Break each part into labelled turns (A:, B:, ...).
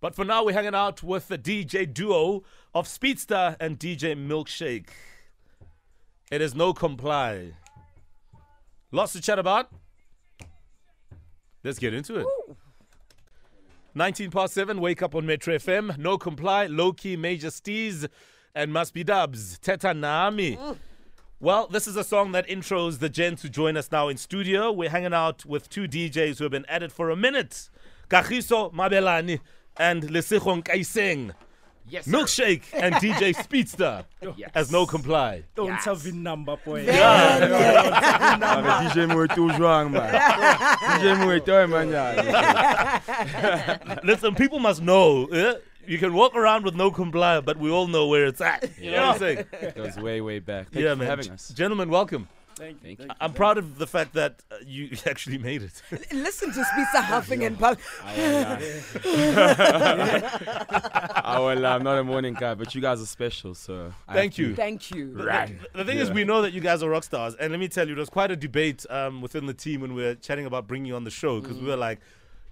A: But for now, we're hanging out with the DJ duo of Speedster and DJ Milkshake. It is no comply. Lots to chat about. Let's get into it. 19 past 7, wake up on Metro FM. No comply, low key, major steez, and must be dubs. Teta Naami. Well, this is a song that intros the gents who join us now in studio. We're hanging out with two DJs who have been at it for a minute. Kagiso Mabelani and Lesihong Kaiseng.
B: Yes. sir.
A: Milkshake and DJ Speedster
B: Yes.
A: as no comply.
C: Don't
B: Yes.
C: have a number, boy.
D: Ah, mais DJ Moeto Zhuang, man. DJ Moeto, man. yeah.
A: Listen, people must know. eh? You can walk around with no comply, but we all know where it's at. You know what I'm saying?
D: It goes way, way back. Thank
A: yeah,
D: you for
A: man.
D: having
A: G-
D: us.
A: Gentlemen, welcome.
C: Thank you.
D: Thank you.
A: I- I'm proud of the fact that uh, you actually made it.
E: Listen to Spitzer huffing and puffing.
D: uh, I will, I'm not a morning guy, but you guys are special, so. I
A: Thank
D: have to-
A: you.
E: Thank you.
D: Right.
A: The thing is, we know that you guys are rock stars, and let me tell you, there was quite a debate um, within the team when we were chatting about bringing you on the show because we were like,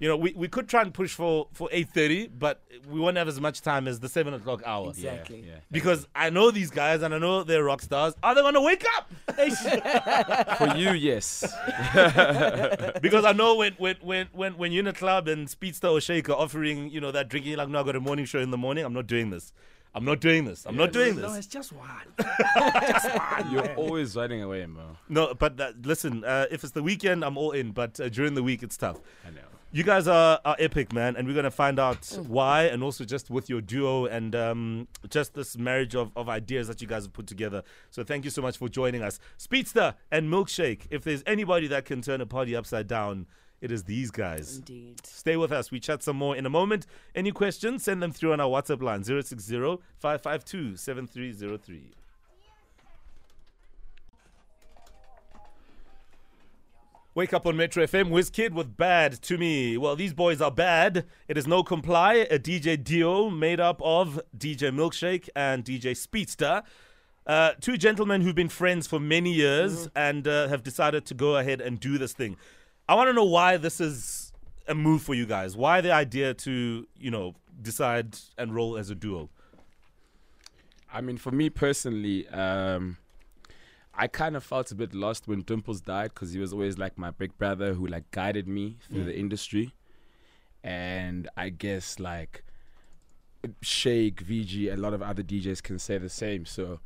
A: you know, we, we could try and push for for eight thirty, but we won't have as much time as the seven o'clock hour.
D: Yeah,
E: Exactly.
D: yeah.
A: Because I know these guys and I know they're rock stars. Are they gonna wake up?
D: For you, yes.
A: because I know when when when when when you're in a club and Speedster or Shaker offering you know that drinking like no, I got a morning show in the morning. I'm not doing this. I'm not doing this. I'm not doing
C: No,
A: this.
C: it's just one.
D: You're always running away, bro.
A: No, but that, listen, uh, if it's the weekend, I'm all in. But uh, during the week, it's tough.
D: I know.
A: You guys are, are epic, man, and we're gonna find out why, and also just with your duo and um, just this marriage of, of ideas that you guys have put together. So thank you so much for joining us, Speedster and Milkshake. If there's anybody that can turn a party upside down, it is these guys.
E: Indeed.
A: Stay with us. We chat some more in a moment. Any questions? Send them through on our WhatsApp line 060 552 7303. Wake up on Metro FM. Wizkid with Bad to Me. Well, these boys are bad. It is No Comply, a DJ duo made up of DJ Milkshake and DJ Speedster. Uh, two gentlemen who've been friends for many years and uh, have decided to go ahead and do this thing. I want to know why this is a move for you guys. Why the idea to, you know, decide and roll as a duo?
D: I mean, for me personally, um, I kind of felt a bit lost when Dimples died because he was always like my big brother who like guided me through the industry, and I guess like Shake, VG, a lot of other DJs can say the same. So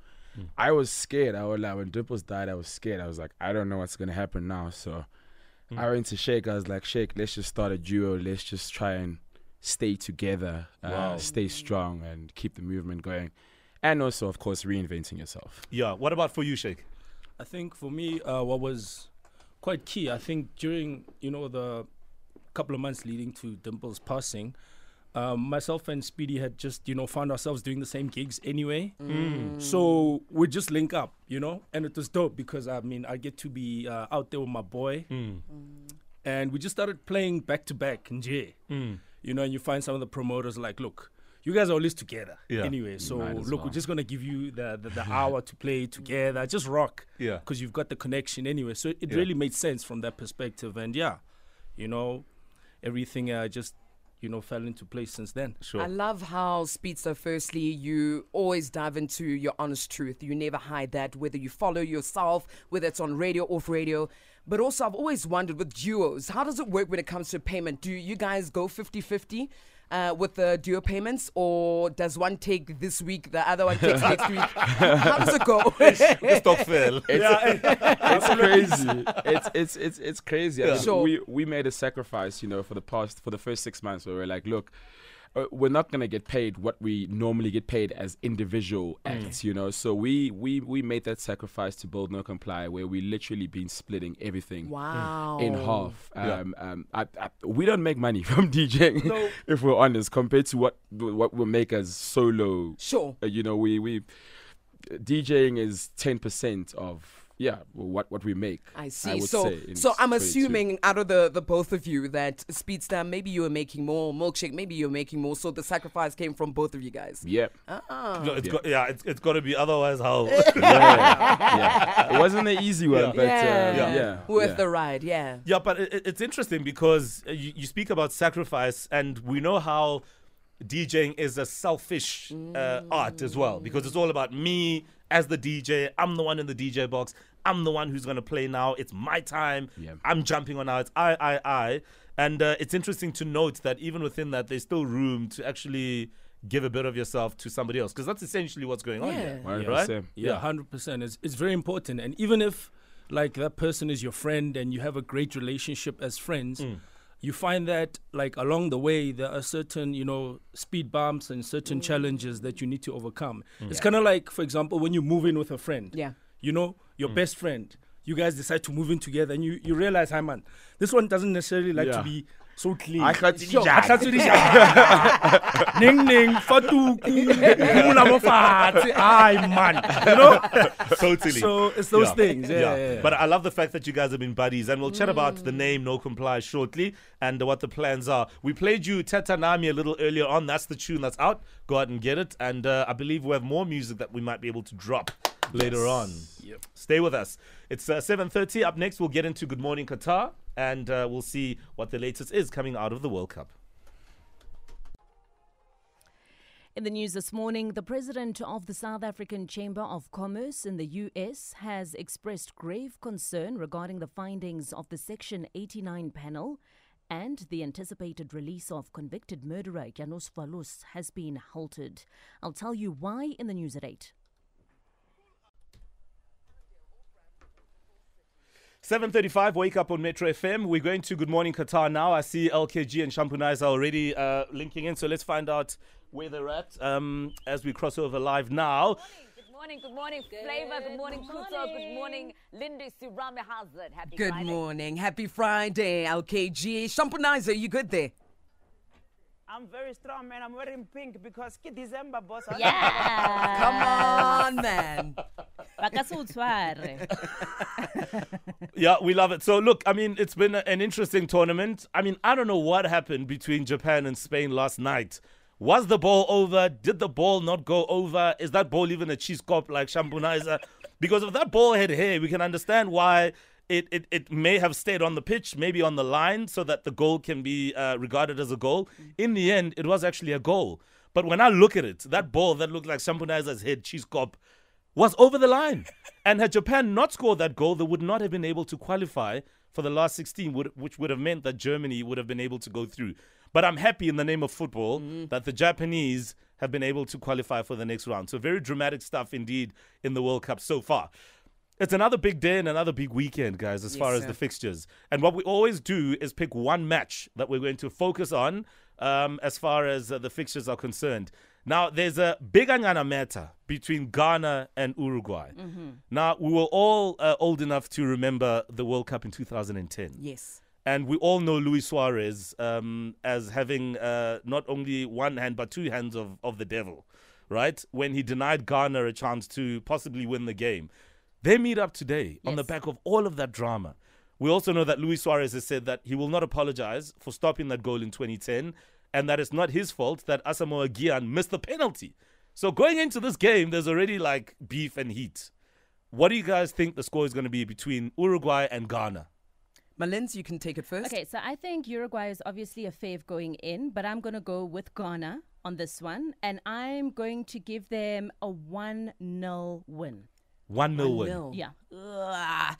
D: I was scared. I was like, when Dimples died, I was scared. I was like, I don't know what's gonna happen now. So I went to Shake. I was like, Shake, let's just start a duo. Let's just try and stay together, uh,
A: Wow.
D: stay strong, and keep the movement going. And also, of course, reinventing yourself.
A: Yeah. What about for you, Sheikh?
C: I think for me, uh, what was quite key, I think during you know the couple of months leading to Dimple's passing, um, myself and Speedy had just you know found ourselves doing the same gigs anyway. So we just link up, you know, and it was dope because I mean I get to be uh, out there with my boy, and we just started playing back to back in J. You know, and you find some of the promoters like, look. You guys are always together
A: Yeah.
C: anyway, so
D: Might as
C: look,
D: well.
C: we're just gonna give you the the, the hour to play together, just rock
A: Yeah.
C: because you've got the connection anyway. So it, it
A: Yeah.
C: really made sense from that perspective. And yeah, you know, everything uh, just, you know, fell into place since then.
A: Sure.
E: I love how Speedster, firstly, you always dive into your honest truth. You never hide that, whether you follow yourself, whether it's on radio, off radio. But also, I've always wondered with duos, how does it work when it comes to payment? Do you guys go 50 50 uh, with the duo payments, or does one take this week, the other one takes next week? How does it go?
A: Stock fail.
D: It's crazy. It's it's it's it's crazy. I
A: Yeah.
D: mean,
E: Sure.
D: We we made a sacrifice, you know, for the past for the first six months where we're like, look, uh, we're not gonna get paid what we normally get paid as individual acts, you know. So we we we made that sacrifice to build no comply, where we literally been splitting everything.
E: wow.
D: In half, um, um, I, I, we don't make money from DJing, if we're honest, compared to what what we make as solo
E: Sure.
D: uh, you know we we DJing is ten percent of yeah well, what what we make.
E: I see.
D: would
E: so,
D: say, in
E: so I'm
D: 22.
E: assuming out of the, the both of you that Speedstar, maybe you were making more milkshake, maybe you were making more. So the sacrifice came from both of you guys.
D: Yeah,
A: No, it's got, yeah, it's, it's got to be otherwise how.
D: yeah, yeah. It wasn't an easy one, but uh, yeah, yeah.
E: worth the ride. Yeah,
A: yeah, but it, it- it's interesting because uh, you, you speak about sacrifice, and we know how DJing is a selfish uh, art as well because it's all about me as the DJ. I'm the one in the DJ box. I'm the one who's going to play now. It's my time.
D: Yeah.
A: I'm jumping on out. It's I, I, I. And uh, it's interesting to note that even within that, there's still room to actually give a bit of yourself to somebody else because that's essentially what's going on
E: Yeah.
A: here.
D: One hundred
A: Right?
D: percent.
C: Yeah, hundred percent. It's it's very important, and even if like that person is your friend and you have a great relationship as friends,
D: Mm.
C: you find that like along the way there are certain you know speed bumps and certain challenges that you need to overcome.
D: Mm.
C: It's kind of like, for example, when you move in with a friend.
E: Yeah.
C: You know your
D: Mm.
C: best friend. You guys decide to move in together, and you you realize, hey man, this one doesn't necessarily like
D: Yeah.
C: to be so clean.
D: I can't
C: Sure, ahlatswe ning ning fatuku una mofatshe ay man you know
A: totally.
C: so it's those
A: Yeah.
C: things yeah, yeah, yeah.
A: But I love the fact that you guys have been buddies, and we'll chat about the name No Comply shortly and what the plans are. We played you Tatanami a little earlier on. That's the tune that's out. Go out and get it. And uh, I believe we have more music that we might be able to drop later on. Stay with us. It's uh, 7.30. Up next, we'll get into Good Morning Qatar, and uh, we'll see what the latest is coming out of the World Cup.
B: In the news this morning, the president of the South African Chamber of Commerce in the US has expressed grave concern regarding the findings of the Section 89 panel and the anticipated release of convicted murderer Janos Valus has been halted. I'll tell you why in the news at 8.
A: 7.35, wake up on Metro FM. We're going to Good Morning Qatar now. I see LKG and Shampunais are already uh, linking in, so let's find out where they're at um, as we cross over live now.
F: Good morning, good morning, Flavor. Good morning, Kuto. Good morning, Lindy Surame Hazard. Happy
E: Good
F: Friday.
E: morning. Happy Friday, LKG. Shampunizer, you good there?
G: I'm very strong, man. I'm wearing pink because ke December, boss. huh?
B: Yeah!
E: Come on, man.
A: Yeah, we love it. So, look, I mean, it's been a- an interesting tournament. I mean, I don't know what happened between Japan and Spain last night. Was the ball over? Did the ball not go over? Is that ball even a cheese cop like Shampunaiser? because if that ball had hair, we can understand why it, it, it may have stayed on the pitch, maybe on the line, so that the goal can be uh, regarded as a goal. In the end, it was actually a goal. But when I look at it, that ball that looked like Shampunaiser's head, cheese cop, was over the line. And had Japan not scored that goal, they would not have been able to qualify for the last 16, would- which would have meant that Germany would have been able to go through. But I'm happy in the name of football that the Japanese have been able to qualify for the next round. So, very dramatic stuff indeed in the World Cup so far. It's another big day and another big weekend, guys, as far as
E: sir.
A: the fixtures. And what we always do is pick one match that we're going to focus on um, as far as uh, the fixtures are concerned. Now, there's a big Anyana matter between Ghana and Uruguay. Now, we were all uh, old enough to remember the World Cup in 2010.
E: Yes.
A: And we all know Luis Suarez um, as having uh, not only one hand, but two hands of, of the devil, right? When he denied Ghana a chance to possibly win the game. They meet up today on the back of all of that drama. We also know that Luis Suarez has said that he will not apologize for stopping that goal in 2010 and that it's not his fault that Asamoah Gyan missed the penalty. So going into this game, there's already like beef and heat. What do you guys think the score is going to be between Uruguay and Ghana?
E: Malins, you can take it first.
B: Okay, so I think Uruguay is obviously a fave going in, but I'm going to go with Ghana on this one, and I'm going to give them a 1 0 win.
A: 1 0 win.
E: No.
B: Yeah.
E: Ugh.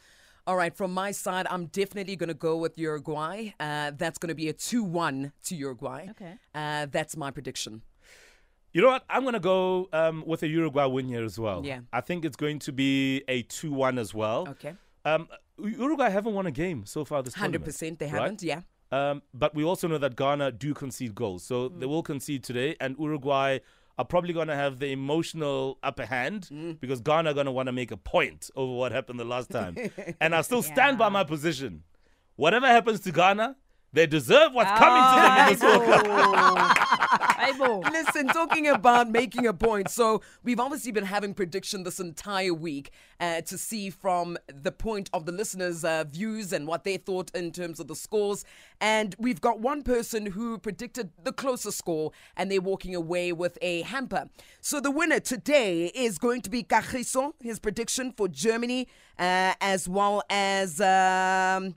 E: All right, from my side, I'm definitely going to go with Uruguay. Uh, that's going to be a 2 1 to Uruguay.
B: Okay.
E: Uh, that's my prediction.
A: You know what? I'm going to go um, with a Uruguay win here as well.
E: Yeah.
A: I think it's going to be a 2 1 as well.
E: Okay.
A: Um, Uruguay haven't won a game so far this tournament.
E: 100% they
A: right?
E: haven't, yeah.
A: Um, but we also know that Ghana do concede goals. So
E: Mm.
A: they will concede today, and Uruguay are probably going to have the emotional upper hand
E: Mm.
A: because Ghana are going to want to make a point over what happened the last time. and I still stand by my position. Whatever happens to Ghana, they deserve what's coming to them
E: Ah.
A: in this World Cup.
E: Listen, talking about making a point. So we've obviously been having prediction this entire week uh, to see from the point of the listeners' uh, views and what they thought in terms of the scores. And we've got one person who predicted the closest score, and they're walking away with a hamper. So the winner today is going to be Cajison. His prediction for Germany, uh, as well as. Um,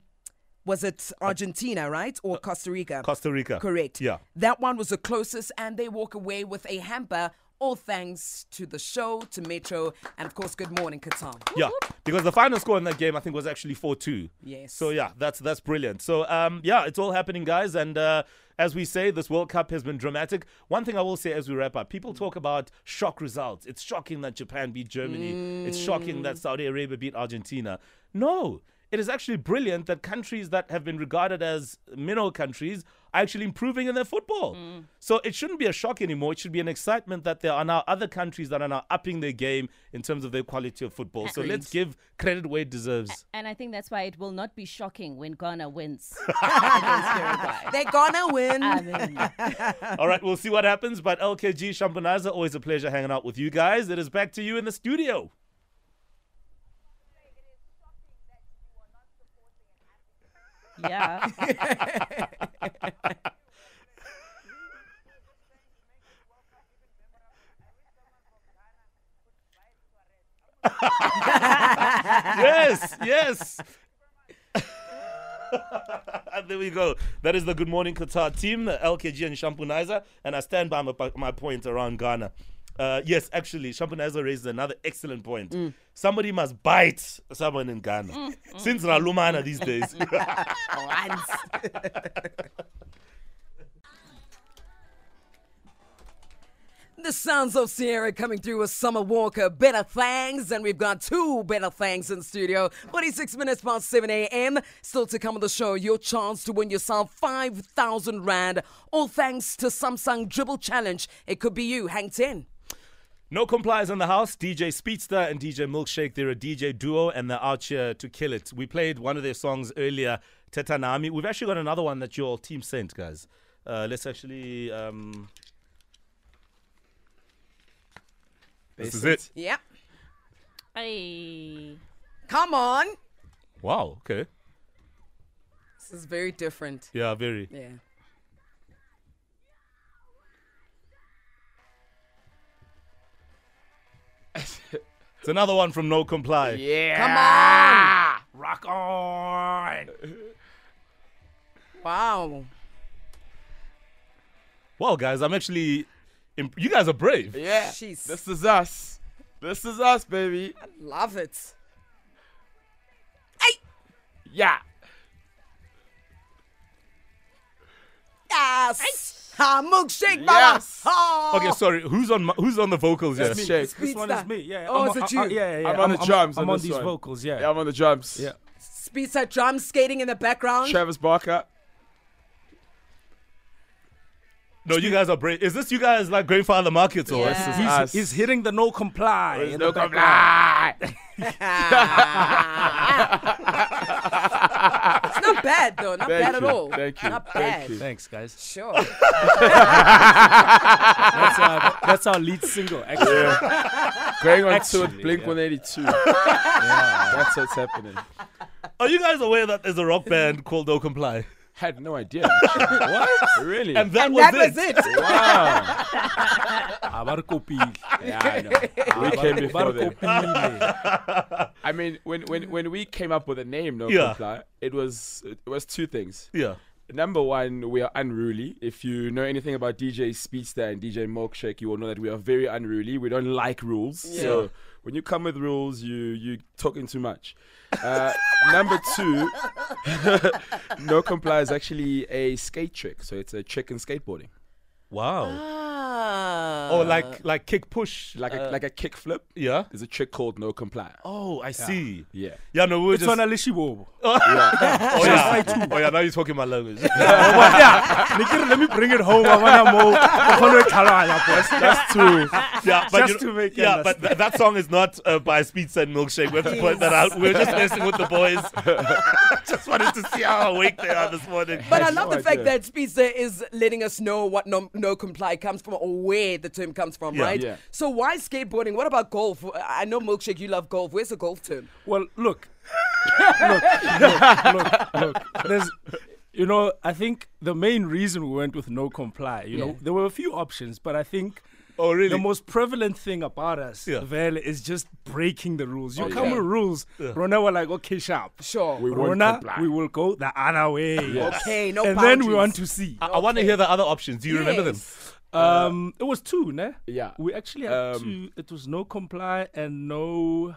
E: was it Argentina, right? Or Costa Rica?
A: uh, Costa Rica.
E: Correct.
A: Yeah.
E: That one was the closest, and they walk away with a hamper. All thanks to the show, to Metro, and of course, good morning, Qatar.
A: Yeah, because the final score in that game, I think, was actually four two.
E: Yes.
A: So yeah, that's that's brilliant. So um, yeah, it's all happening, guys. And uh, as we say, this World Cup has been dramatic. One thing I will say as we wrap up, people talk about shock results. It's shocking that Japan beat Germany. It's shocking that Saudi Arabia beat Argentina. No. It is actually brilliant that countries that have been regarded as minnow countries are actually improving in their football. So it shouldn't be a shock anymore. It should be an excitement that there are now other countries that are now upping their game in terms of their quality of football. So let's give credit where it deserves.
B: And I think that's why it will not be shocking when Ghana wins against Uruguay.
E: They're gonna win.
B: I mean,
A: All right, we'll see what happens. But LKG Shampanaza, always a pleasure hanging out with you guys. It is back to you in the studio.
B: yeah.
A: Yes, yes. And there we go. That is the Good Morning Qatar team, the LKG and Shampunaza. And I stand by my, my point around Ghana. Uh, yes, actually, Shampunaza raises another excellent point. Somebody must bite someone in Ghana. Since Ralumana these days.
E: The sounds of Sierra coming through with Summer Walker, Better Thangs, and we've got two Better Thangs in studio. 46 minutes past 7 a.m. Still to come on the show, your chance to win yourself 5,000 Rand, all thanks to Samsung Dribble Challenge. It could be you, hang 10.
A: No complies in the house. DJ Speedster and DJ Milkshake, they're a DJ duo and they're out here to kill it. We played one of their songs earlier, Tetanami. We've actually got another one that your team sent, guys. Uh, let's actually. Um, this is it.
E: Yep.
B: Ay.
E: Come on.
A: Wow, okay.
E: This is very different.
A: Yeah, very.
E: Yeah.
A: It's another one from No Comply.
E: Yeah.
H: Rock on.
E: Come on. Wow.
A: Wow, guys, I'm actually. Imp- you guys are brave.
H: Yeah.
E: Jeez.
H: This is us. This is us, baby.
E: Love it.
H: Yeah.
E: Yes. Ha, milkshake, mama.
H: Yes.
E: Oh.
A: Okay, sorry. Who's on my, Who's on the vocals here?
H: That's me. Shake.
C: This one is me. Yeah.
E: Oh,
C: I'm
E: is
C: on-
E: it
C: I- I-
E: you?
C: yeah, yeah.
H: I'm on the drums
C: I'm,
H: on
C: on
H: this
C: these
H: one.
C: vocals. Yeah.
H: Yeah, I'm on the drums.
C: Yeah.
E: Speedside drum skating in the background.
H: Travis Barker.
A: No, you guys are brave. Is this you guys like Grandfather Markets or?
B: Yeah.
H: This is
B: He's-
H: us.
C: He's hitting the no comply.
H: There's
C: in
H: no
C: the background.
H: comply.
E: Ah. It's not bad though, not
H: Thank
E: bad
H: you,
E: at all.
H: thank you,
E: Not
H: thank
E: bad.
H: you.
C: Thanks, guys.
E: Sure.
C: That's, uh, that's our lead single. Actually.
H: Going on tour with
C: Actually,
H: Blink
C: yeah.
H: 182. That's what's happening.
A: Are you guys aware that there's a rock band called No Comply?
H: Had no idea. what? Really?
A: And that,
E: that was it.
H: wow.
C: Ah, Abarkopile.
H: Yeah, I know. We came before them.
C: Abarkopile.
H: I mean, when, when, when we came up with the name No
A: Yeah.
H: Comply, it was it was two things.
A: Yeah.
H: Number one, we are unruly. If you know anything about DJ Speedster and DJ Milkshake, you will know that we are very unruly. We don't like rules. So when you come with rules, you you talking too much. Uh, number two, No Comply is actually a skate trick. So it's a trick in skateboarding,
A: Wow.
E: Ah.
A: or Oh, like like kick push.
H: like a like a kick flip.
A: yeah.
H: There's a trick called No Comply.
A: Oh, I see.
H: Yeah.
A: Yeah, no, we were
C: It's
A: just.
C: on a lishibobo.
A: oh, yeah. oh yeah, now you're talking my language.
C: Let me bring it home. I wanna mo- I wanna thala lapho.
H: That's two.
A: yeah, but
C: Just
A: you-
C: to make
A: yeah,
C: it
A: but th- that song is not uh, by Speedster and Milkshake. We have to point that out. We're just messing with the boys. just wanted to see how awake they are this morning.
E: but I
H: That's
E: love
H: no
E: the fact
H: idea.
E: that Speedster is letting us know what no, no comply comes from or where the term comes from,
A: Yeah.
E: right?
H: Yeah.
E: So why skateboarding? What about golf? I know Milkshake, you love golf. Where's the golf term?
C: Well, look, look, look, look, look. There's, you know, I think the main reason we went with no comply, you know, there were a few options, but I think
A: Oh, really?
C: The most prevalent thing about us,
A: Yeah.
C: Vele, is just breaking the rules. You
D: Okay.
C: come with rules, Rona were like, okay, sharp.
E: Oh, Sure.
D: We won't
C: Rona,
D: comply.
C: we will go the other way.
E: Okay, no
C: and then
E: boundaries.
C: we
E: Uh,
C: want to see.
A: I, want to hear the other options. Do you remember them?
C: Um, it was two, ne?
D: yeah.
C: We actually had
D: Um,
C: two. It was no comply and no.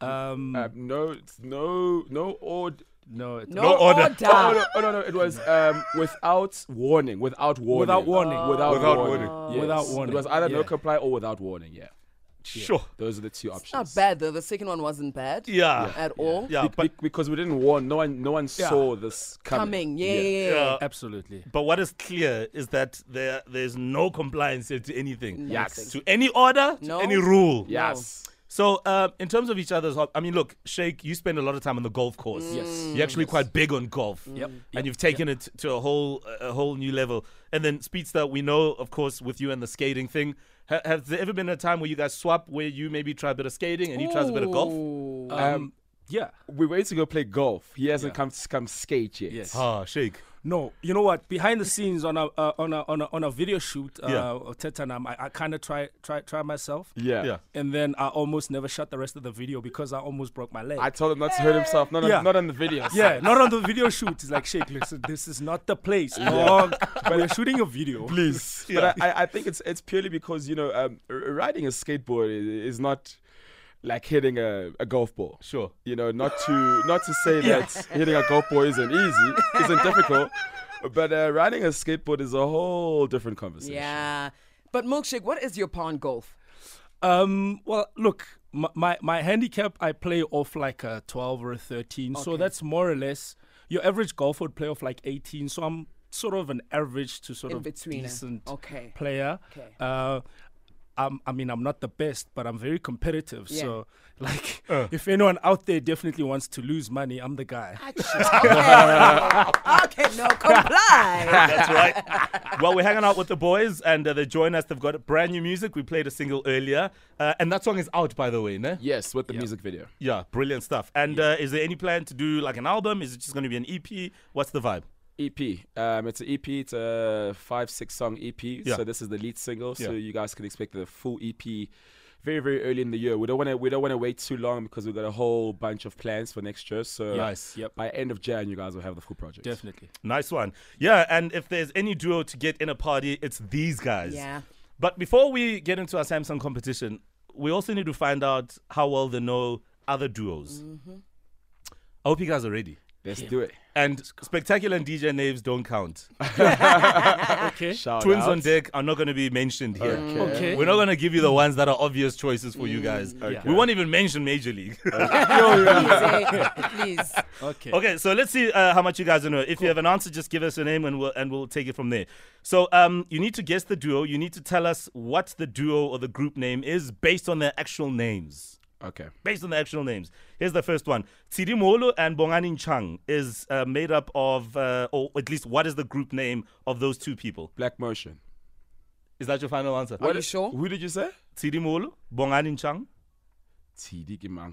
C: Um,
D: Uh, no, it's no, no order.
C: no, it
E: No,
A: No order.
E: order.
D: Oh, no, oh, no, no, it was um, without warning, without warning, Oh.
C: Without warning.
D: without,
A: Without
D: warning,
A: warning.
D: Yes.
C: Without warning.
D: It was either
C: Yeah.
D: no comply or without warning. Yeah,
A: Sure.
D: those are the two options.
E: Not bad though. The second one wasn't bad
A: Yeah. Yeah.
E: at all.
D: Be-
A: but,
D: be- because we didn't warn. No one, no one saw this coming.
E: Coming, yeah, yeah, yeah.
A: yeah.
C: absolutely.
A: but what is clear is that there there's no compliance here to anything.
D: Yes.
A: To any order, to
E: No.
A: any rule.
D: Yes.
A: So, uh, in terms of each other's, hob- I mean, look, Sheikh, you spend a lot of time on the golf course.
E: Mm.
C: Yes.
A: you're actually quite big on golf.
C: Yep.
A: and
C: Yep.
A: you've taken it to a whole a whole new level. And then Speedster, we know, of course, with you and the skating thing. Ha- has there ever been a time where you guys swap, where you maybe try a bit of skating and he tries a bit of golf?
E: Ooh.
C: Um, yeah.
D: We're waiting to go play golf. He hasn't
C: Yeah.
D: come to come skate yet.
C: Yes.
A: Ah, Sheikh.
C: No, you know what? Behind the scenes on a uh, on a on a on a video shoot uh,
A: Yeah.
C: of Tetanam, I, I kind of try try try myself,
D: Yeah.
A: Yeah.
C: and then I almost never shot the rest of the video because I almost broke my leg.
D: I told him not to hurt himself. Not on,
C: Yeah.
D: not on the video.
C: yeah, not on the video shoot. It's like, Shake, listen, this is not the place. dog. We're shooting a video.
D: please. But I, I, I think it's it's purely because you know um, r- riding a skateboard i- is not like hitting a, a golf ball.
A: Sure.
D: You know, not to not to say that hitting a golf ball isn't easy, isn't difficult, but uh, riding a skateboard is a whole different conversation.
E: yeah. But milkshake, what is your pound golf?
C: Um, well, look, my, my my handicap, I play off like a twelve or a thirteen, so that's more or less your average golfer would play off like eighteen. So I'm sort of an average to sort
E: In
C: of
E: betweener.
C: decent
E: Okay.
C: player.
E: Okay.
C: Uh, I'm, I mean, I'm not the best, but I'm very competitive.
E: Yeah.
C: So, like, if anyone out there definitely wants to lose money, I'm the guy.
E: okay, no comply.
A: That's right. well, we're hanging out with the boys and uh, they join us. They've got brand new music. We played a single earlier. Uh, and that song is out, by the way, ne?
D: Yes, with the music video.
A: Yeah, brilliant stuff. And uh, is there any plan to do like an album? Is it just going to be an EP? What's the vibe?
D: EP. Um, it's an EP. It's a five, six song EP.
A: Yeah.
D: So this is the lead single. So
A: Yeah.
D: you guys can expect the full EP very, very early in the year. We don't want to. We don't want to wait too long because we've got a whole bunch of plans for next year. So
C: Nice. Yep.
D: by end of Jan, you guys will have the full project.
C: Definitely.
A: Nice one. Yeah, and if there's any duo to get in a party, it's these guys.
E: Yeah.
A: But before we get into our Samsung competition, we also need to find out how well they know other duos. I hope you guys are ready.
D: Let's do it.
A: And Spectacular and DJ Naves don't count.
E: Ah.
C: Okay.
D: Shout
A: Twins
D: out.
A: on Deck are not going to be mentioned here.
D: Okay.
C: Okay.
A: We're not going to give you the ones that are obvious choices for you guys. We won't even mention Major League.
E: Please, eh, please.
C: Okay.
A: Okay, so let's see uh, how much you guys know. If you have an answer, just give us a name and we'll and we'll take it from there. So um, you need to guess the duo. You need to tell us what the duo or the group name is based on their actual names.
D: Okay.
A: Based on the actual names. Here's the first one. Tsirimolo and Bongani Chang is uh, made up of, uh, or at least what is the group name of those two people?
D: Black Motion.
A: Is that your final answer?
E: Are you sure?
D: Who did you say?
A: Tsirimolo, Bongani Chang.
D: TD Gimang.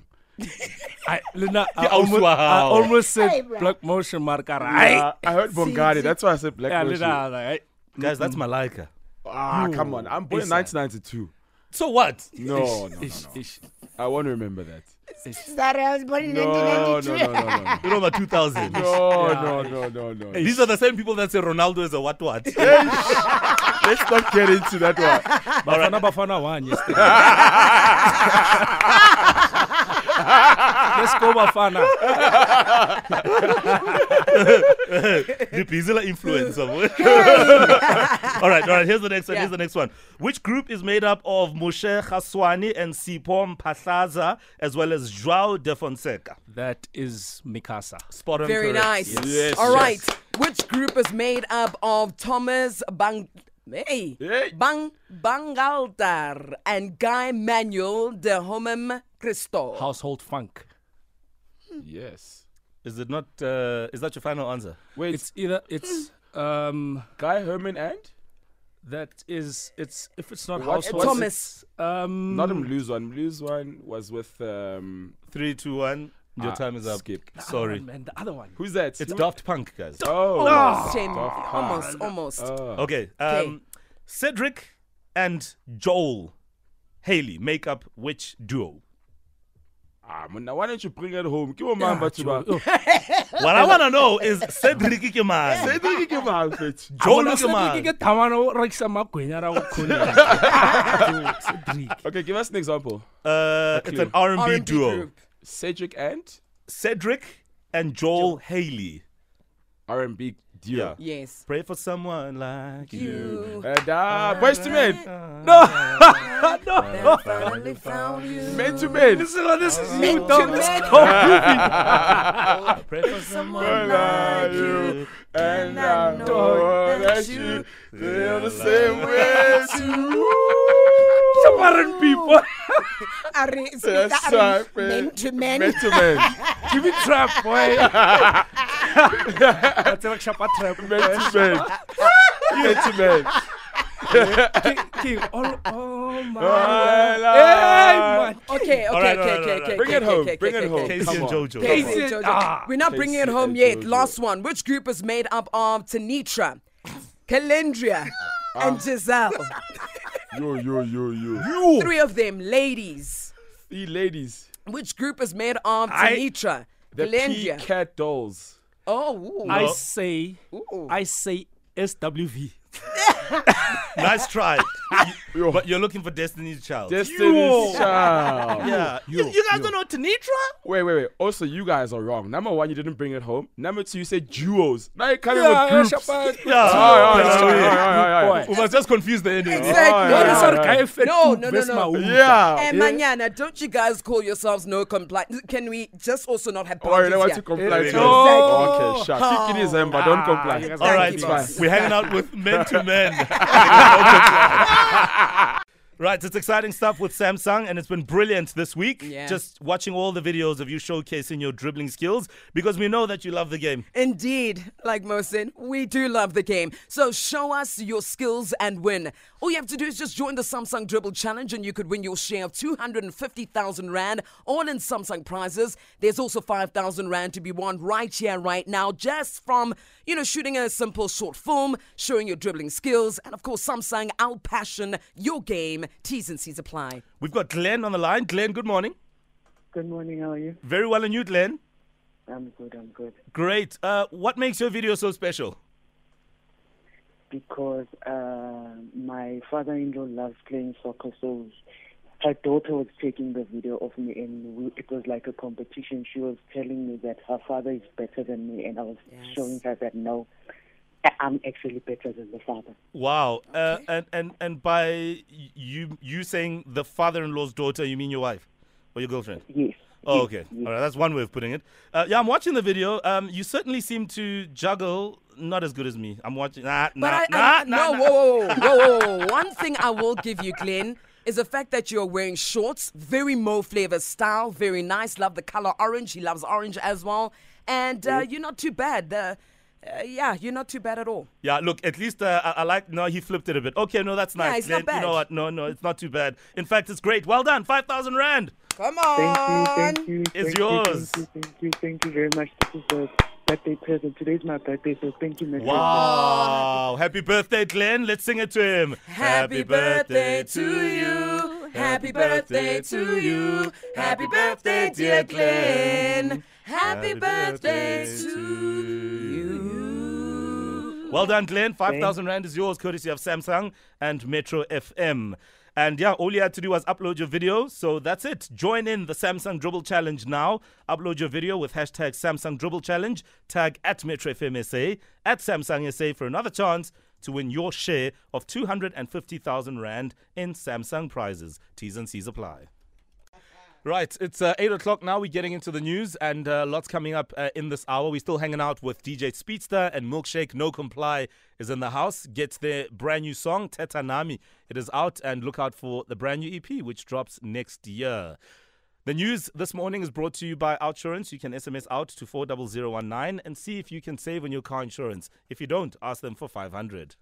C: I, Lena, I,
A: Ke aus
C: almost,
A: wa
C: I
A: hao.
C: almost said black motion marker.
D: Uh, I heard Bongani. That's why I said Black
C: Yeah,
D: Motion.
C: Lena, like,
A: Guys, that's Malaika.
D: Ah, come on. I'm born in 1992.
A: So what?
D: No, no, no,
C: ish,
D: no.
C: ish.
D: I won't remember that.
H: Sorry, I was born in
D: No, no,
H: 1992.
D: no, no, no.
A: You're about 2000.
D: No, no, no, no, no.
A: These are the same people that say Ronaldo is a what what.
D: Let's not get into that one.
C: Bafana Bafana won yesterday. Let's go Bafana.
A: Lipizila influencer. all right, all right. Here's the next one. Here's the next one. Which group is made up of Moshe Khaswani and Sipom Pahlaza, as well as Joao de Fonseca?
C: That is Mikasa.
A: Spot on.
E: Very
A: correct.
E: nice.
D: Yes,
E: All
D: yes.
E: right. Which group is made up of Thomas Bang Hey,
D: Hey.
E: Bang Bangalter and Guy Manuel de Homem Cristo?
C: Household funk.
D: Yes.
A: Is it not? Uh, is that your final answer?
D: Wait,
C: It's either it's um
D: Guy Herman and?
C: that is it's if it's not
D: What-
C: household
E: Thomas.
C: it's, um
D: Not him lose one. Lose one was with um
A: Three, two, one. Your
D: Ah,
A: time is up.
D: skip.
A: Sorry.
C: man, the other one.
D: who's that?
A: It's
D: Who-
A: Daft Punk, guys.
D: Oh,
E: Almost, Shane.
D: Daft Punk.
E: Almost, almost.
D: Oh.
A: Okay. Um, Cedric and Joel Haley make up which duo?
D: Ah, monna, why don't you bring it home? Give a man but you
C: oh,
D: ba-
A: What Oh, I want to know is Cedric Ikemani.
D: Say it again, give a man, bitch.
A: Joel
C: Bona Cedric
A: Ikemani.
C: ke thamana o rekisa oh, magwenya ra go khona. Jo, Cedric.
D: Okay, give us an example.
A: Uh, it's an R&B,
E: R&B
A: duo.
E: group.
D: Cedric and
A: Cedric and Joel Haley.
D: R&B duo.
E: Yes.
A: Pray for someone like you.
D: And uh, boys to men.
E: I finally found you.
D: Men to men. This is this is you.
A: Pray for someone
D: like you. And I know that you feel the same way too. Some R&B boy.
H: Are, is
D: That's
H: that
D: right, man.
H: men to men?
D: Men to men.
C: Give me trap, boy. Ba tseba ke shapa trap.
D: Men to men. Men to men.
C: King- King, all- oh my.
D: My
C: Hey,
D: life.
C: man.
E: Okay, okay,
A: right,
E: okay,
A: all right,
E: okay,
A: all right.
E: okay.
D: Bring it
E: okay,
D: home,
E: okay,
D: bring
E: okay,
D: it home.
E: okay,
A: Casey and
D: Come on.
A: JoJo. Come
E: okay,
A: on.
E: okay,
C: it.
E: Jojo.
C: Ah.
E: We're not bringing it
D: Casey
E: home
D: and
E: yet.
D: Jojo.
E: Last one. Which group is made up of Tanitra, Calendria, and Giselle?
D: Ah. Yo, yo, yo, yo.
E: Three of them, ladies.
D: Three ladies.
E: Which group is made of
D: I-
E: Tanitra,
D: The
E: Calendria?
D: P-Cat dolls.
E: oh, ooh.
C: I say,
E: Ooh.
C: I say SWV.
A: Nice try.
D: Yo.
A: but you're looking for Destiny's Child.
D: Destiny's Child.
A: yeah. You, you guys don't know Tanitra?
D: Wait, wait, wait. Also, you guys are wrong. Number one, you didn't bring it home. Number two, you said duos. Now you're coming
C: Yeah, yeah,
D: with groups.
C: Shapa-
A: Yeah. Yeah.
D: Ah, yeah, yeah, yeah, yeah, yeah,
A: We must just confuse the ending.
E: Exactly.
D: yeah,
C: What is
D: yeah.
C: our guy effect
E: No,
C: to
E: no, no,
C: best
E: no.
C: Mawuta?
D: yeah.
E: And Manana, don't you guys call yourselves no compliance? Can we just also not have
D: Oh, you
E: boundaries
D: don't want
E: here?
D: to comply
A: Yeah.
D: to Ah.
C: Oh.
D: Okay, sure. Kick it is him, but don't comply.
E: Thank
A: All right,
E: you, boss.
A: we're hanging out with men to men. right, it's exciting stuff with Samsung, and it's been brilliant this week.
E: Yeah.
A: Just watching all the videos of you showcasing your dribbling skills because we know that you love the game.
E: Indeed, like Mohsen, we do love the game. So show us your skills and win. All you have to do is just join the Samsung Dribble Challenge and you could win your share of 250,000 Rand, all in Samsung prizes. There's also 5,000 Rand to be won right here, right now, just from, you know, shooting a simple short film, showing your dribbling skills, and of course, Samsung, our passion, your game. T's and C's apply.
A: We've got Glenn on the line. Glenn, good morning.
I: Good morning. How are you?
A: Very well, and you, Glenn.
I: I'm good. I'm good.
A: Great. Uh, what makes your video so special?
I: Because uh, my father-in-law loves playing soccer, so her daughter was taking the video of me, and we, it was like a competition. She was telling me that her father is better than me, and I was showing her that no, I- I'm actually better than the father.
A: Wow. Uh, and, and, and by y- you, you saying the father in law's daughter, you mean your wife or your girlfriend?
I: Yes.
A: Oh,
I: yes,
A: okay.
I: yes.
A: All right, that's one way of putting it. Uh, yeah, I'm watching the video. Um, you certainly seem to juggle not as good as me. I'm watching. Nah, nah,
E: But
A: nah,
E: I,
A: nah,
E: I, no,
A: nah.
E: whoa, whoa, whoa, whoa, whoa, whoa. One thing I will give you, Glenn, is the fact that you're wearing shorts. Very Mo flavor style, very nice. Love the color orange. He loves orange as well. And uh, you're not too bad. The, uh, yeah, you're not too bad at all.
A: Yeah, look, at least uh, I, I like. No, he flipped it a bit. Okay, no, that's nice.
E: it's not
A: Then, You know
E: bad.
A: what? No, no, it's not too bad. In fact, it's great. Well done. 5,000 Rand.
E: Come on.
I: Thank you, thank you.
A: It's
I: thank you, thank
A: yours.
I: You, thank, you, thank you very much. This is a birthday present. Today's my birthday, so thank you, Mr.
A: Wow. Happy birthday, Glenn. Let's sing it to him.
E: Happy birthday to you. Happy birthday to you. Happy birthday, dear Glenn. Happy birthday to you.
A: Well done, Glenn. 5,000 Rand is yours, courtesy of Samsung and Metro FM. And yeah, all you had to do was upload your video. So that's it. Join in the Samsung Dribble Challenge now. Upload your video with hashtag Samsung Dribble Challenge, tag at Metro FM SA, at Samsung SA for another chance to win your share of 250,000 Rand in Samsung prizes. T's and C's apply. Right, it's uh, 8 o'clock now. We're getting into the news and uh, lots coming up uh, in this hour. We're still hanging out with DJ Speedster and Milkshake No Comply is in the house. Get their brand new song, Tetanami. It is out and look out for the brand new EP, which drops next year. The news this morning is brought to you by Outsurance. You can SMS out to 40019 and see if you can save on your car insurance. If you don't, ask them for 500.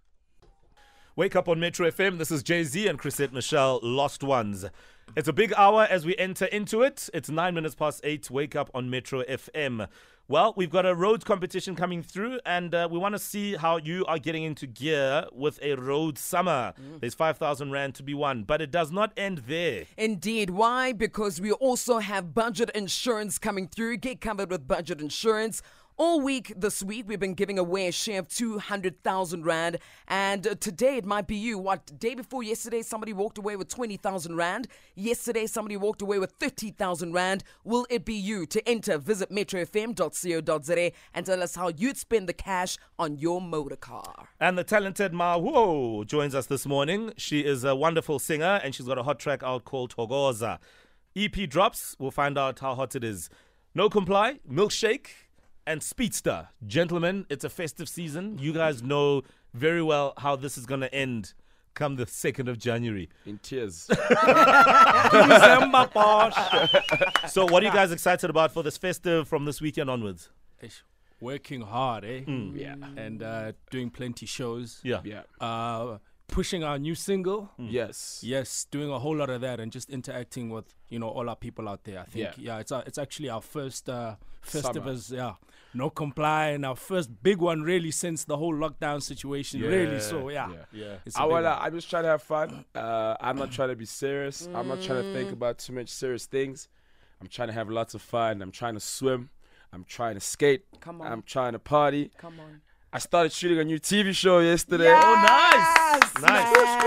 A: Wake up on Metro FM. This is Jay Z and Chrisette Michelle, Lost Ones. It's a big hour as we enter into it. It's nine minutes past eight. Wake up on Metro FM. Well, we've got a road competition coming through, and uh, we want to see how you are getting into gear with a road summer. There's 5,000 Rand to be won, but it does not end there.
E: Indeed. Why? Because we also have budget insurance coming through. Get covered with budget insurance. All week this week, we've been giving away a share of 200,000 Rand. And uh, today it might be you. What, day before yesterday, somebody walked away with 20,000 Rand. Yesterday, somebody walked away with 30,000 Rand. Will it be you? To enter, visit metrofm.co.za and tell us how you'd spend the cash on your motor car.
A: And the talented Ma Wo joins us this morning. She is a wonderful singer and she's got a hot track out called Togoza. EP drops, we'll find out how hot it is. No Comply, Milkshake, and Speedster. Gentlemen, it's a festive season. You guys know very well how this is going to end come the 2nd of January.
D: In tears.
C: December, boss.
A: So, what are you guys excited about for this festive from this weekend onwards?
C: Ish. Working hard, eh? Yeah. And uh, doing plenty shows.
A: Yeah.
D: yeah.
C: Uh, pushing our new single.
D: Yes.
C: Yes, doing a whole lot of that and just interacting with you know all our people out there. I think yeah,
D: Yeah.
C: it's our, it's actually our first uh,
D: Summer.
C: festivals. Yeah, no comply and our first big one really since the whole lockdown situation. Really, so yeah,
D: yeah.
C: It's a
D: I
C: big
D: wanna,
C: one.
D: I'm just trying to have fun. Uh, I'm not trying to be serious. I'm not trying to
E: Mm.
D: think about too much serious things. I'm trying to have lots of fun. I'm trying to swim. I'm trying to skate.
E: Come on.
D: I'm trying to party.
E: Come on.
D: I started shooting a new TV show yesterday.
A: Oh, nice. Nice.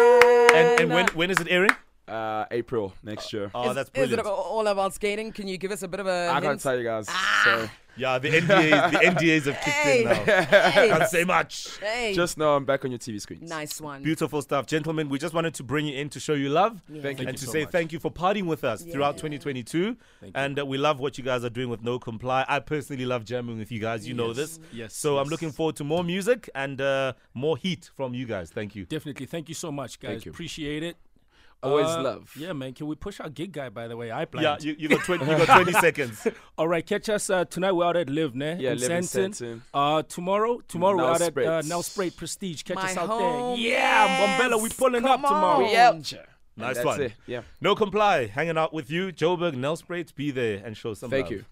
A: And, and when, when is it airing?
D: Uh, April next year.
C: Uh,
A: Oh,
E: is,
A: that's
E: is it
A: brilliant.
E: about- all about skating? Can you give us a bit of a
D: I
E: hint?
D: can't tell you guys.
C: Ah!
D: So
A: Yeah, the NDAs, the NDAs have kicked in now.
E: Hey,
A: Can't say much.
E: hey.
D: just know I'm back on your TV screens.
E: nice one.
A: Beautiful stuff, gentlemen. We just wanted to bring you in to show you love
D: Thank you.
A: and to
C: so
A: say
C: much.
A: thank you for partying with us throughout 2022. And uh, we love what you guys are doing with No Comply. I personally love jamming with you guys. You know this.
C: Yes,
A: So I'm
C: yes.
A: looking forward to more music and uh, more heat from you guys. Thank you.
C: definitely. Thank you so much, guys.
D: you.
C: Appreciate it.
D: Always
C: Uh,
D: love.
C: Yeah, man. Can we push our gig guy? By the way, I plan.
A: Yeah, you, you got 20, you got 20 seconds.
C: All right, catch us uh, tonight. We're out at Live, ne?
D: Yeah,
C: in
D: Live in
C: Sandton.
D: Sandton.
C: Uh, tomorrow, tomorrow we're out at uh,
D: Nelspruit.
C: Nelspruit Prestige. Catch
E: My
C: us out
E: home,
C: there. Yeah, Bombella, we
E: yes.
C: pulling up
E: Come
C: tomorrow.
E: on.
A: Nice
D: That's
A: one.
D: it. Yeah.
A: No Comply, hanging out with you. Joburg, Nelspruit, be there and show some
D: Thank
A: love.
D: you.